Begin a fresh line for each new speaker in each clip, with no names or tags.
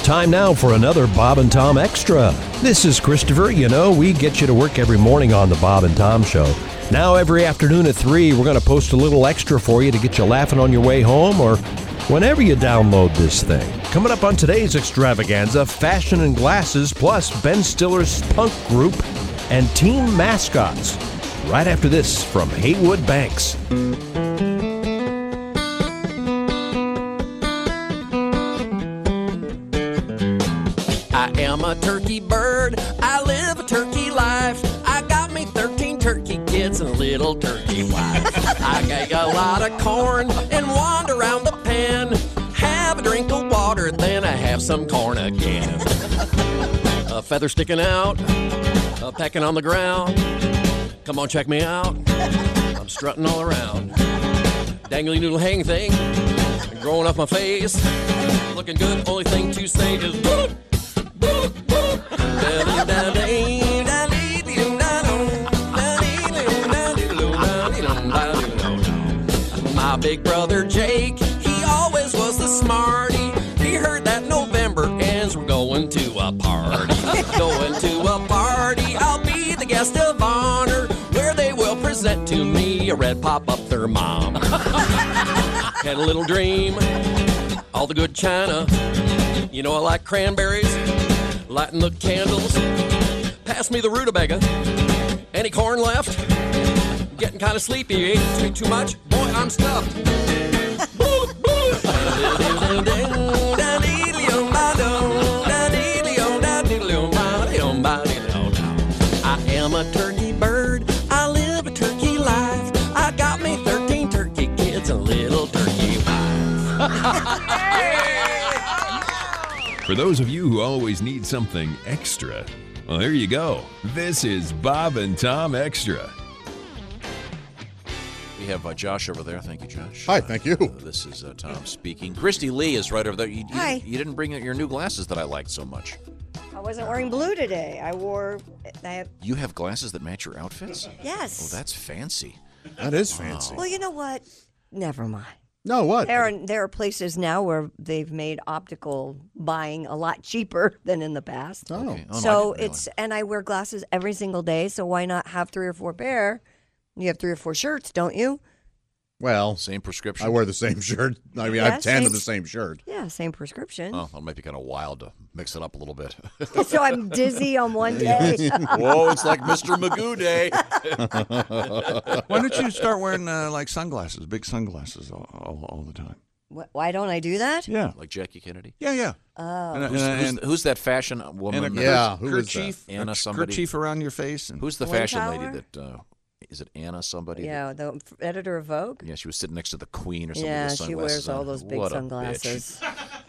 Time now for another Bob and Tom Extra. This is Christopher. You know, we get you to work every morning on the Bob and Tom Show. Now, every afternoon at 3, we're going to post a little extra for you to get you laughing on your way home or whenever you download this thing. Coming up on today's extravaganza fashion and glasses, plus Ben Stiller's punk group and team mascots. Right after this from Haywood Banks.
I am a turkey bird. I live a turkey life. I got me 13 turkey kids and a little turkey wife. I get a lot of corn and wander around the pen. Have a drink of water, then I have some corn again. a feather sticking out, a pecking on the ground. Come on, check me out. I'm strutting all around. Dangly noodle hang thing, growing off my face. Looking good, only thing to say is. My big brother Jake, he always was the smarty. He heard that November ends, we're going to a party. going to a party, I'll be the guest of honor, where they will present to me a red pop up thermometer. Had a little dream, all the good china. You know I like cranberries, lighting the candles. Pass me the rutabaga. Any corn left? Getting kind of sleepy. Ate too, too much. Boy, I'm stuffed. I am a turkey bird. I live a turkey life. I got me 13 turkey kids and a little turkey wife.
For those of you who always need something extra, well, there you go. This is Bob and Tom Extra.
We have uh, Josh over there. Thank you, Josh.
Hi, thank you.
Uh, this is uh, Tom speaking. Christy Lee is right over there. You, you-
Hi.
You didn't bring your new glasses that I liked so much.
I wasn't wearing blue today. I wore, I have,
You have glasses that match your outfits?
yes.
Oh, that's fancy.
That is fancy.
well, you know what? Never mind.
No, what?
There are, there are places now where they've made optical buying a lot cheaper than in the past.
Oh.
Okay. Oh, no, I
so
didn't
it's, and I wear glasses every single day. So why not have three or four pair? You have three or four shirts, don't you?
Well,
realize. Same prescription.
I wear the same shirt. I mean, I
Yeah,
have 10
same-
of the same shirt.
Yeah, same prescription.
Oh, that might be kind of wild to mix it up a little bit.
so I'm dizzy on one day.
Whoa, it's like Mr. Magoo Day.
Why don't you start wearing uh, like sunglasses, big sunglasses all, all, all the time?
Wh- Why don't I do that?
Yeah,
Like Jackie Kennedy.
yeah, yeah. Oh, and, a-
Who's,
and, a-
who's-
and,
who's that fashion woman?
and a
that-
Yeah, who is that?
kerchief,
Anna
a
somebody.
kerchief around your face. And,
Who's the
Glenn
fashion lady
Fowler?
that? Uh, is it Anna somebody? that-
Yeah, the f- editor of Vogue.
yeah, she was sitting next to the Queen or something.
Yeah,
with
she
sunglasses
wears all
on.
those big
What a bitch.
sunglasses.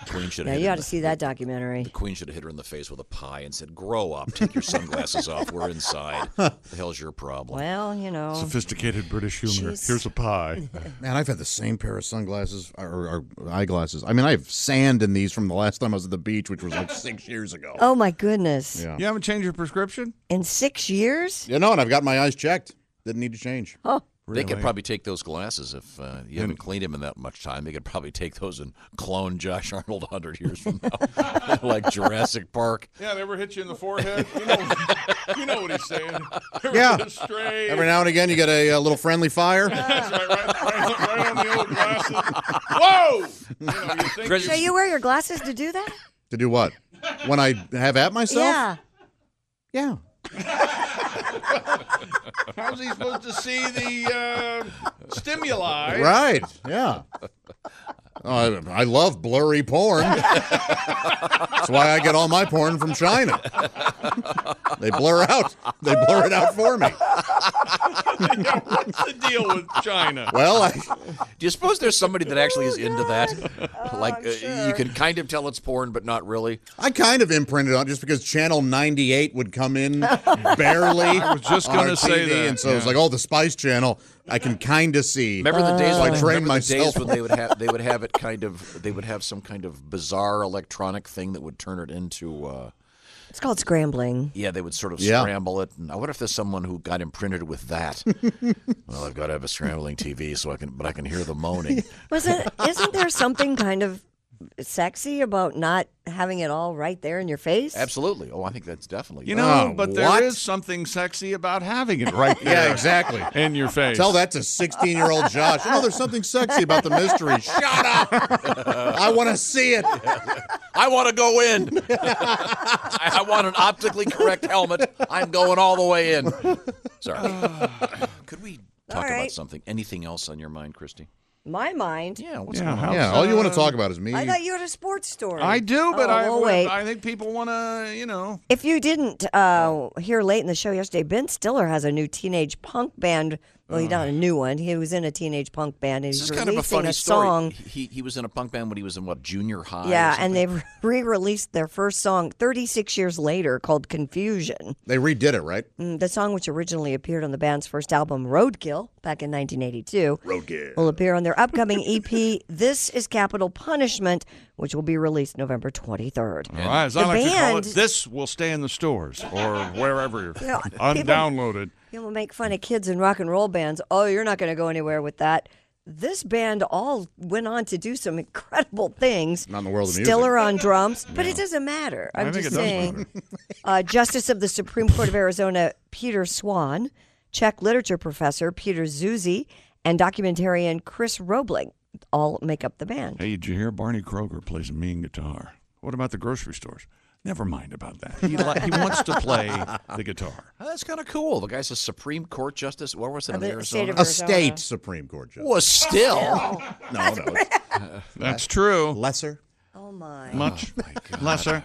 Queen should
Yeah,
have
you ought to see that documentary.
The queen should have hit her in the face with a pie and said, "Grow up, take your sunglasses off. We're inside. The hell's your problem?"
Well, you know,
Sophisticated British humor.
She's-
Here's a pie.
Man, I've had the same pair of sunglasses or, or eyeglasses. I mean, I have sand in these from the last time I was at the beach, which was like six years ago.
oh my goodness.
Yeah.
you haven't changed your prescription?
In six years?
You know, and I've got my eyes checked. Didn't need to change.
Oh.
They could probably take those glasses if uh, you haven't cleaned them in that much time. They could probably take those and clone Josh Arnold hundred years from now, like Jurassic Park.
Yeah, they ever hit you in the forehead? You know, you know what he's saying.
Yeah.
Straight.
Every now and again, you get a, uh little friendly fire.
That's right, right, right, right on the old glasses. Whoa! You know, you think
Chris-
So you wear your glasses to do that?
to do what? When I have at myself?
yeah.
Yeah.
how's he supposed to see the uh, stimuli?
Right. Yeah. Oh, I, I love blurry porn. That's why I get all my porn from China. they blur out. They blur it out for me.
Yeah, what's the deal with China?
Well, I,
Do you suppose there's somebody that actually is into that? like uh, you can kind of tell it's porn, but not really.
I kind of imprinted on just because Channel 98 would come in barely. I was
just
going
gonna say that,
And so it's like, oh, the Spice Channel. I can kind of see.
Remember the days
So I
when,
trained
remember the days
myself.
when they would have they would have it kind of they would have some kind of bizarre electronic thing that would turn it into. Uh,
It's called scrambling.
Yeah, they would sort of
Yeah.
scramble it. And I wonder if there's someone who got imprinted with that. well, I've got to have a scrambling TV so I can, but I can hear the moaning.
Was it isn't there something kind of sexy about not having it all right there in your face?
Absolutely. Oh, I think that's definitely.
You know,
Oh,
but there is
what?
something sexy about having it right there.
Yeah, exactly.
In your face.
Tell that to 16 year old Josh. You know, there's something sexy about the mystery. Shut up. I want to see it.
I want to go in. I, I want an optically correct helmet. I'm going all the way in. Sorry. Could we
All
talk about
right.
something? Anything else on your mind, Christy?
My mind.
Yeah. What's
Yeah,
going on?
how-
Yeah, all you want to talk about is me.
I thought you had a sports story.
I do, but
Oh,
I,
well, wait.
I think people want to, you know.
If you didn't uh, hear late in the show yesterday, Ben Stiller has a new teenage punk band. Well, he's not a new one. He was in a teenage punk band, and
Oh. This is
he's
kind
releasing
of a funny
song.
story. He, he was in a punk band when he was in what junior high. or
Yeah,
something?
and they've re-released their first song 36 years later called "Confusion."
They redid it, right?
Mm, The song, which originally appeared on the band's first album Roadkill back in 1982, Roadkill will appear on their upcoming EP "This Is Capital Punishment," which will be released November 23rd.
All right, as I
The
like to call it,
band-
this will stay in the stores or wherever
Yeah, people-
undownloaded.
People make fun of kids in rock and roll bands. Oh, you're not going to go anywhere with that. This band all went on to do some incredible things.
Not in the world of music.
Stiller on drums, but it doesn't matter. I'm
I think
just
it does
saying. uh, Justice of the Supreme Court of Arizona Peter Swan, Czech literature professor Peter Zuzi, and documentarian Chris Roebling all make up the band.
Hey, did you hear Barney Kroger plays a mean guitar? What about the grocery stores? Never mind about that. He, li- he wants to play the guitar.
Oh, that's kind of cool. The guy's a Supreme Court justice. Where was it?
Of
in
the state
Arizona?
of
A
Arizona.
state Supreme Court judge.
was still.
No, no. it's
That's true.
Lesser.
Oh my!
Much lesser.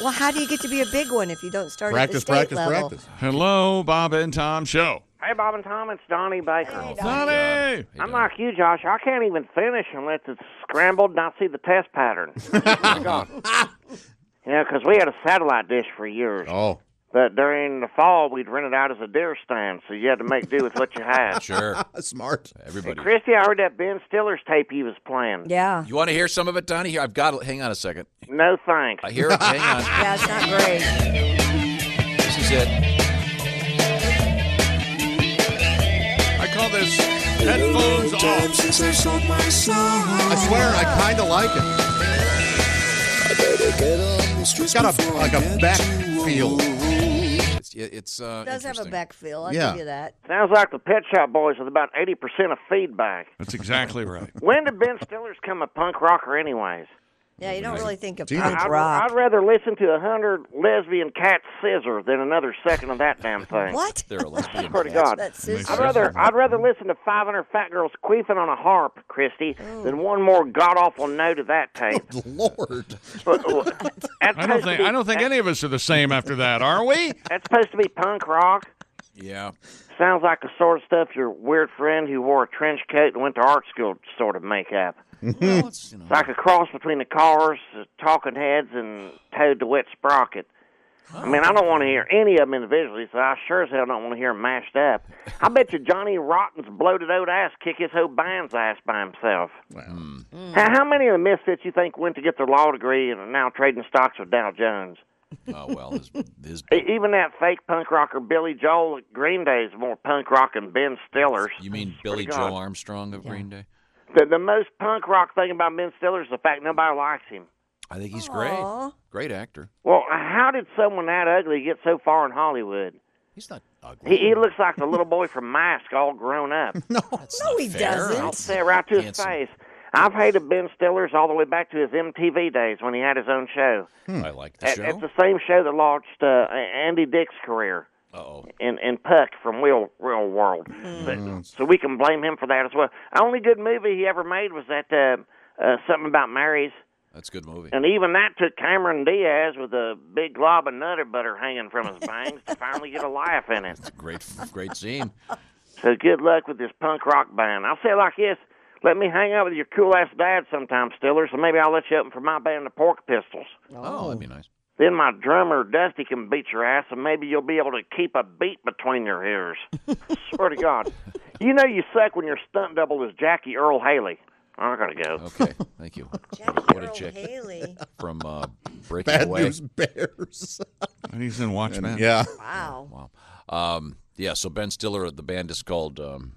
Well, how do you get to be a big one if you don't start
Practice,
at the state
practice,
level?
practice.
Hello, Bob and Tom Show.
Hey, Bob and Tom, it's Donnie Baker.
Oh,
Sonny!
I'm like you, Josh. I can't even finish unless it's scrambled and I see the test pattern. My God. you know, 'cause we had a satellite dish for years,
Oh.
but during the fall we'd rent it out as a deer stand, so you had to make do with what you had.
Sure.
Smart.
Everybody.
Christy, I heard that Ben Stiller's tape he was playing.
Yeah,
You want to hear some of it, Donnie? Here, I've got. it. Hang on a second.
No thanks.
I hear it. Hang on.
yeah, it's not great.
This is it.
I call this headphones off.
I swear, I kind of like it. It's got a, like a back feel.
It's. it's uh,
It does have a
interesting.
back feel. I'll
Yeah.
give you that.
Sounds like the Pet Shop Boys with about 80% of feedback.
That's exactly right.
When did Ben Stiller's come a punk rocker, anyways?
Yeah, you don't really think of
Teenage-
punk
I'd,
rock.
I'd rather listen to a hundred lesbian cats scissor than another second of that damn thing.
What?
They're a lesbian.
Swear to
cast.
God.
That's
Makes
I'd
sense.
sister.
rather I'd rather listen to 500 fat girls queefing on a harp, Christy, than one more god awful note of that tape.
Lord.
But, uh, that's
I don't
supposed to
think
be-
I don't think
that-
any of us are the same after that, are we?
that's supposed to be punk rock.
Yeah.
Sounds like the sort of stuff your weird friend who wore a trench coat and went to art school sort of make up.
Well, it's, you know,
It's like a cross between the cars, the talking heads, and Toad the Wet Sprocket. I mean, I don't want to hear any of them individually, so I sure as hell don't want to hear them mashed up. I bet you Johnny Rotten's bloated old ass kick his whole band's ass by himself. How, how many of the misfits you think went to get their law degree and are now trading stocks with Dow Jones?
oh well. His, his,
E- Even that fake punk rocker Billy Joel at Green Day is more punk rock than Ben Stiller's.
you mean Billy
God.
Joe Armstrong of Green Day?
The, the most punk rock thing about Ben Stiller is the fact nobody likes him.
I think he's great.
Aw.
Great actor.
Well, how did someone that ugly get so far in Hollywood?
He's not ugly.
He, he looks like the little boy from Mask, all grown up.
That's not
he
fair.
doesn't.
I'll say it right to his
Handsome.
face. I've hated Ben Stiller's all the way back to his MTV days when he had his own show.
I like the
It-
show.
It's the same show that launched uh, Andy Dick's career
Uh-oh.
and and Puck from Real Real World. But- so we can blame him for that as well. Only good movie he ever made was that uh, uh, something about Mary's.
That's a good movie.
And even that took Cameron Diaz with a big glob of nutter butter hanging from his bangs to finally get a laugh in it.
Great, great scene.
So good luck with this punk rock band. I'll say it like this. Let me hang out with your cool ass dad sometime, Stiller, so maybe I'll let you open for my band, the Pork Pistols.
Oh, that'd be nice.
Then my drummer, Dusty, can beat your ass, and maybe you'll be able to keep a beat between your ears. Swear to God. You know you suck when your stunt double is Jackie Earl Haley. I gotta go.
Okay, thank you. what a chick
Haley.
from uh, Breaking
Bad
Away.
news bears.
And he's in Watchmen.
yeah.
Wow.
Um, yeah, so Ben Stiller, the band is called um,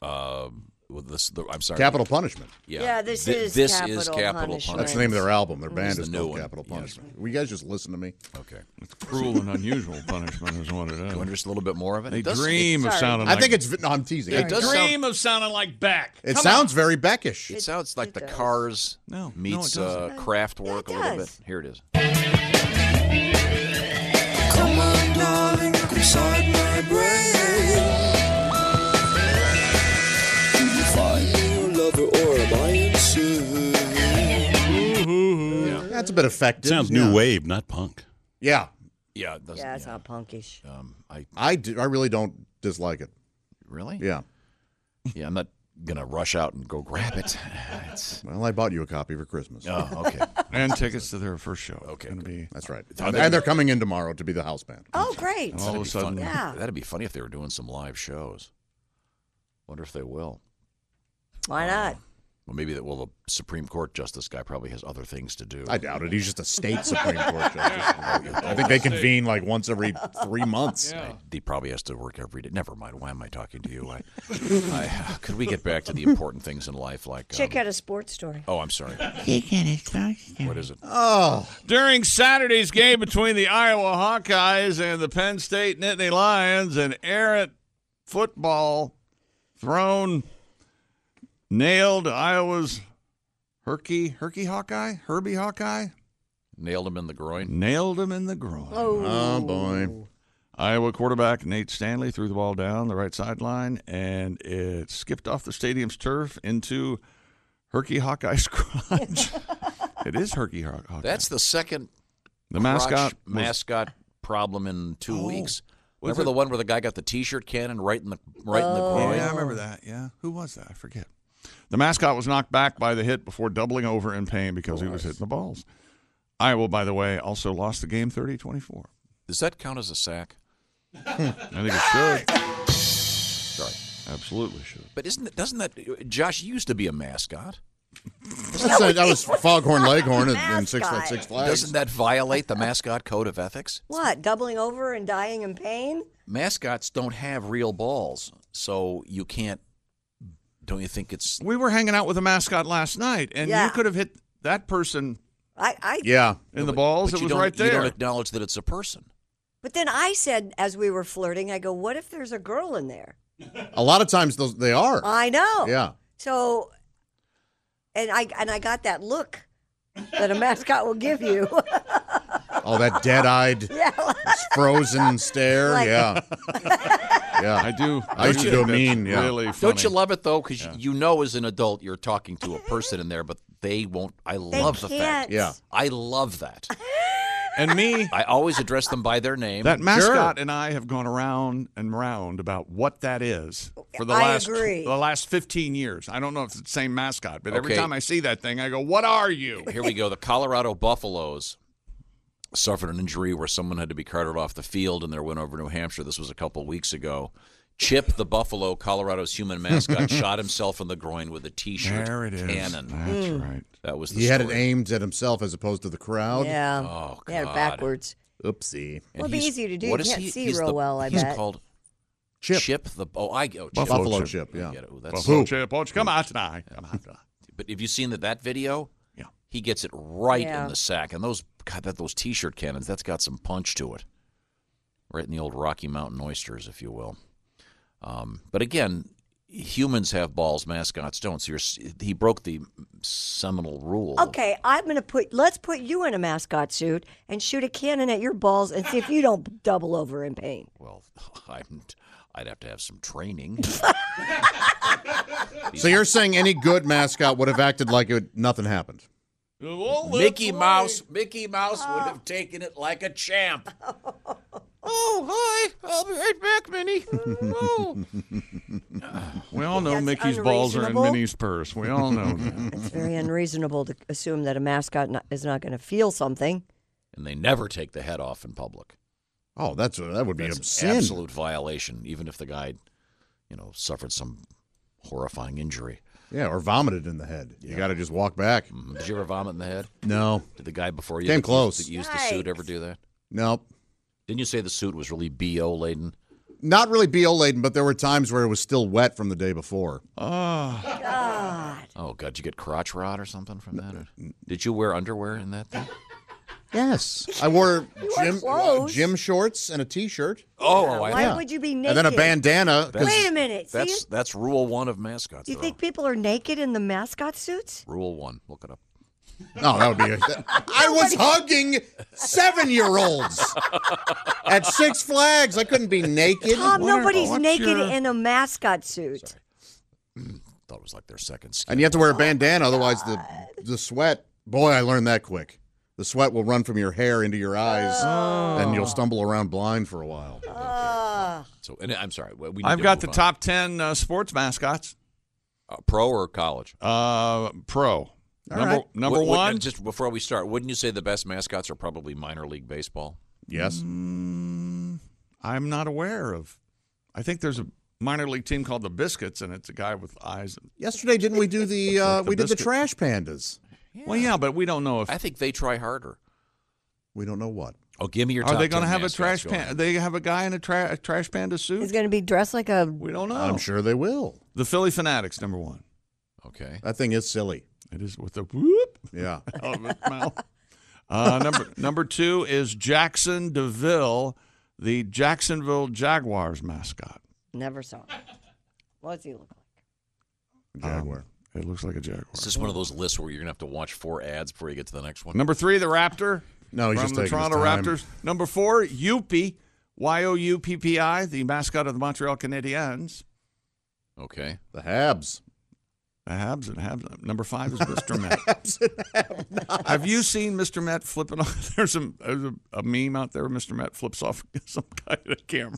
uh, well, this, the, I'm sorry.
Capital Punishment.
Yeah.
Yeah, this
Thi-
is
this
Capital
is capital
Punishment.
punishment.
That's the name of their album. Their
This
band
is
is
the new
called
one.
Capital
Yes.
Punishment. Will you guys just listen to me?
Okay.
It's cruel and unusual punishment is what it is.
You want just a little bit more of it?
They
It does-
dream of
Sorry.
sounding.
I
like-
think it's. No, I'm teasing.
It, it
It,
does sound.
of sounding like back.
it sounds very Beckish.
It sounds like
it
the
does.
Cars
No, no, it
meets uh,
doesn't.
craft
Yeah, it
work a little bit.
does.
Here it is.
That's a bit effective.
Sounds
yeah.
new wave, not punk.
Yeah,
Yeah, it doesn't.
Yeah, it's not punkish.
Um, I
I do. I really don't dislike it.
really.
Yeah.
Yeah, I'm not gonna rush out and go grab it. It's,
Well, I bought you a copy for Christmas.
oh, okay.
and tickets to their first show. Okay, going to be
That's right. and they're coming in tomorrow to be the house band.
Oh, great.
all of a sudden.
Yeah.
That'd be funny if they were doing some live shows. Wonder if they will.
Why not?
Well, maybe that. Well, the Supreme Court justice guy probably has other things to do.
I doubt it. He's just a state Supreme Court justice. I think they convene like once every three months.
I- he probably has to work every day. Never mind. Why am I talking to you? I, I, could we get back to the important things in life, like um,
Check out a sports story.
Oh, I'm sorry. What is it?
During Saturday's game between the Iowa Hawkeyes and the Penn State Nittany Lions, an errant football thrown nailed Iowa's Herky Herky Hawkeye Herbie Hawkeye
Nailed him in the groin.
nailed him in the groin.
Oh boy.
Iowa quarterback Nate Stanley threw the ball down the right sideline, and it skipped off the stadium's turf into Herky Hawkeye's crotch. it is Herky Haw- Hawkeye.
That's the second
the
crotch
mascot. was-
mascot problem in two weeks.
Oh. Was
Remember
it- Oh,
the one where the guy got the T-shirt cannon right in the right in the groin?
Yeah, I remember that. Yeah. Who was that? I forget. The mascot was knocked back by the hit before doubling over in pain because he was hitting the balls. Iowa, by the way, also lost the game 30 24.
Does that count as a sack?
I think it should.
Sorry,
Absolutely should.
but isn't it, doesn't that Josh he used to be a mascot?
So that was Foghorn Leghorn in, in Six,
Mascot.
Six Flags.
Doesn't that violate the mascot code of ethics?
What? Doubling over and dying in pain?
Mascots don't have real balls, so you can't. Don't you think it's
We were hanging out with a mascot last night, and
Yeah.
you could have hit that person
I, I
Yeah.
in the balls.
but
It
you
was
don't-
right
You don't
there.
acknowledge that it's a person.
But then I said, as we were flirting, I go, "What if there's a girl in there?"
A lot of times those they are.
I know.
Yeah.
So, and I and I got that look that a mascot will give you.
All that dead-eyed,
yeah.
frozen stare.
Like-
yeah. Yeah.
I do.
I used to do a
think that's
mean, yeah.
Really
Don't
funny.
you love it though? Because you know, as an adult, you're talking to a person in there, but they won't. I
They
love the
can't.
fact.
Yeah.
I love that.
And me,
I always address them by their name.
that mascot and I have gone around and round about what that is for the
I
last
agree.
the last 15 years. I don't know if it's the same mascot, but every
Okay.
time I see that thing, I go, "What are you?"
Here we go. The Colorado Buffaloes suffered an injury where someone had to be carted off the field in their win over New Hampshire. This was a couple weeks ago. Chip the Buffalo, Colorado's human mascot, shot himself in the groin with a T-shirt
There it is.
cannon.
That's
Hmm.
right.
That was the
He had it
story.
aimed at himself as opposed to the crowd.
Yeah.
Oh,
They had it
God.
backwards.
Oopsie.
And
Well, it'd be
he's-
easier to do.
what
You
is
can't
he?
see
He's
real
the-
well, I
he's
bet.
called
Chip.
Chip the oh I oh, Chip.
Buffalo, chip.
I
Yeah.
get it. Ooh, that's
Buffalo
so-
Chip, won't you come out tonight? Come out tonight.
But have you seen that that video?
Yeah.
He gets it right
Yeah.
in the sack, and those God, that those T-shirt cannons. That's got some punch to it, right in the old Rocky Mountain oysters, if you will. Um, but again, humans have balls, mascots don't. So you're, s- he broke the seminal rule.
Okay, I'm gonna put. Let's put you in a mascot suit and shoot a cannon at your balls and see if you don't double over in pain.
Well, I'm, I'd have to have some training.
So you're saying any good mascot would have acted like it, nothing happened?
Mickey Mouse, Mickey Mouse would
Ah.
have taken it like a champ. oh, hi! I'll be right back, Minnie. Oh.
We all know
That's
Mickey's balls are in
unreasonable.
Minnie's purse. We all know that.
It's very unreasonable to assume that a mascot not, is not going to feel something.
and they never take the head off in public.
Oh, that's that would be
That's
obscene.
absolute violation, even if the guy, you know, suffered some horrifying injury.
Yeah, or vomited in the head. You got to just walk back.
Mhm. Did you ever vomit in the head?
No,
Did the guy before you that
Came
used-
close.
that used the suit
Yikes.
ever do that?
nope.
Didn't you say the suit was really bo laden?
Not really BO laden, but there were times where it was still wet from the day before.
Oh.
Oh God, you get crotch rot or something from that? Or- Did you wear underwear in that thing?
Yes, I wore
wear
gym uh,
clothes.
gym shorts and a t-shirt,
Oh,
Why would you be naked?
and then a bandana. 'cause
Wait a minute. See,
That's that's rule one of mascots.
do you
though.
think people are naked in the mascot suits?
Rule one. Look it up.
No, oh, that would be. I was hugging seven-year-olds at Six Flags. I couldn't be naked.
Tom, nobody's
what's
naked
your-
in a mascot suit.
Thought it was like their second skin.
And you have to
Oh
wear a bandana, otherwise the the sweat. Boy, I learned that quick. The sweat will run from your hair into your eyes,
Oh.
and you'll stumble around blind for a while.
So, and I'm sorry. We need
I've
to
got
move
the
on.
top 10 uh, sports mascots.
Uh, pro or college.
Uh, pro. number
right.
number
Would- would-
one.
uh, Just before we start, wouldn't you say the best mascots are probably minor league baseball?
Yes,
Mm, I'm not aware of. I think there's a minor league team called the Biscuits, and it's a guy with eyes.
yesterday didn't we do the uh,
Like the
we did the
biscuit.
trash pandas?
Well, yeah, but we don't know if
I think they try harder.
We don't know what.
Oh, give me your.
are
top
they going
10
to have a
mascots,
trash
go
pan.
ahead.
They have a guy in a, tra- a trash panda
He's
suit.
going to be dressed like a.
we don't know.
I'm sure they will.
The Philly Fanatics, number one.
Okay.
That thing is silly.
It is with the whoop
Yeah.
out of his mouth. Uh, number number two is Jackson Deville, the Jacksonville Jaguars mascot.
Never saw him. What does he look like?
Jaguar.
Um, it looks like a jaguar.
This is one of those lists where you're gonna have to watch four ads before you get to the next one.
Number three, the Raptor.
No, Oh, he's
from
just
the
taking his
Toronto
time.
Raptors. Number four, Yuppie, Y O U P P I, the mascot of the Montreal Canadiens.
Okay.
the Habs.
The Habs and Habs. Number five is Mr. Met. Have you seen Mr. Met flipping off? There's, a, there's a, a meme out there. Mr. Met flips off some guy at a camera.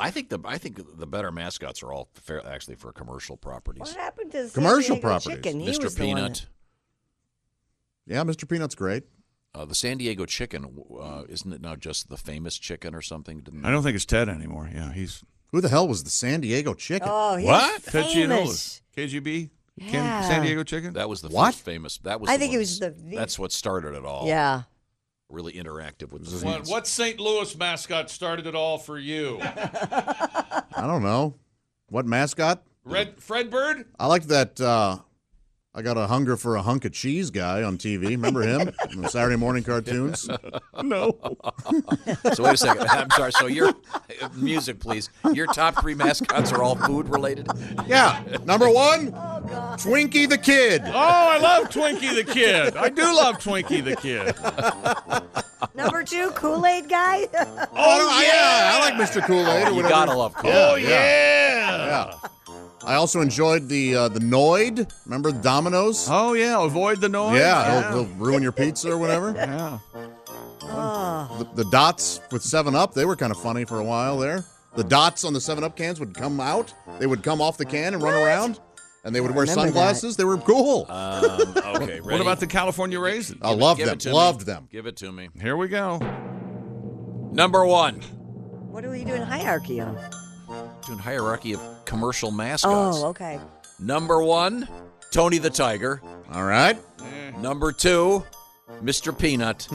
I think the I think the better mascots are all fair, actually for commercial properties.
What happened to San
Commercial
Diego
properties.
Chicken? He was
Mr.
the one
Peanut.
Yeah, Mr. Peanut's great.
Uh, the San Diego chicken, uh, isn't it now just the famous chicken or something? Didn't
I don't think it's Ted anymore. Yeah, he's
Who the hell was the San Diego
that-
chicken?
Oh, he's
What?
famous.
KGB? Can-
Yeah.
San Diego Chicken?
that was the
What?
first famous. That was
I
the
think it
one-
was the- the-
That's what started it all.
Yeah.
really interactive with the
What,
fans.
what St. Louis mascot started it all for you?
I don't know. What mascot?
Red Fred Bird?
I liked that. Uh, I got a hunger for a hunk of cheese guy on TV. Remember him? In the Saturday morning cartoons.
No.
So wait a second. I'm sorry. So your uh, music, please. Your top three mascots are all food related.
Yeah. Number one, Twinkie the Kid.
Oh, I love Twinkie the Kid. I do love Twinkie the Kid.
Number two, Kool Aid guy.
Oh, yeah. I like Mr. Kool Aid or
You
whatever.
gotta love Cool.
Oh yeah. Yeah. I also enjoyed the uh, the Noid. Remember the Domino's?
Oh, yeah. Avoid the noise.
Yeah, they'll, they'll ruin your pizza or whatever.
Yeah.
The, the dots with Seven Up, they were kind of funny for a while there. The dots on the Seven Up cans would come out. They would come off the can and run around, and they would wear
remember
sunglasses. They were cool.
Um, okay.
What about the California Raisin?
I loved
Give
them.
it to me.
Loved them.
Give it to me.
Here we go.
Number one.
What are we doing hierarchy on?
Doing hierarchy of commercial mascots.
Oh, okay.
Number one, Tony the Tiger.
All right.
Number two, Mr. Peanut.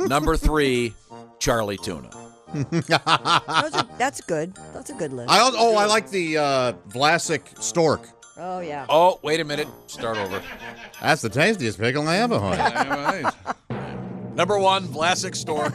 Number three, Charlie Tuna.
Those are, that's good. That's a good list.
I also, oh, I like the uh, Vlasic stork.
oh yeah.
Oh, wait a minute. Start over.
That's the tastiest pickle I ever had.
Number one, Vlasic Stork.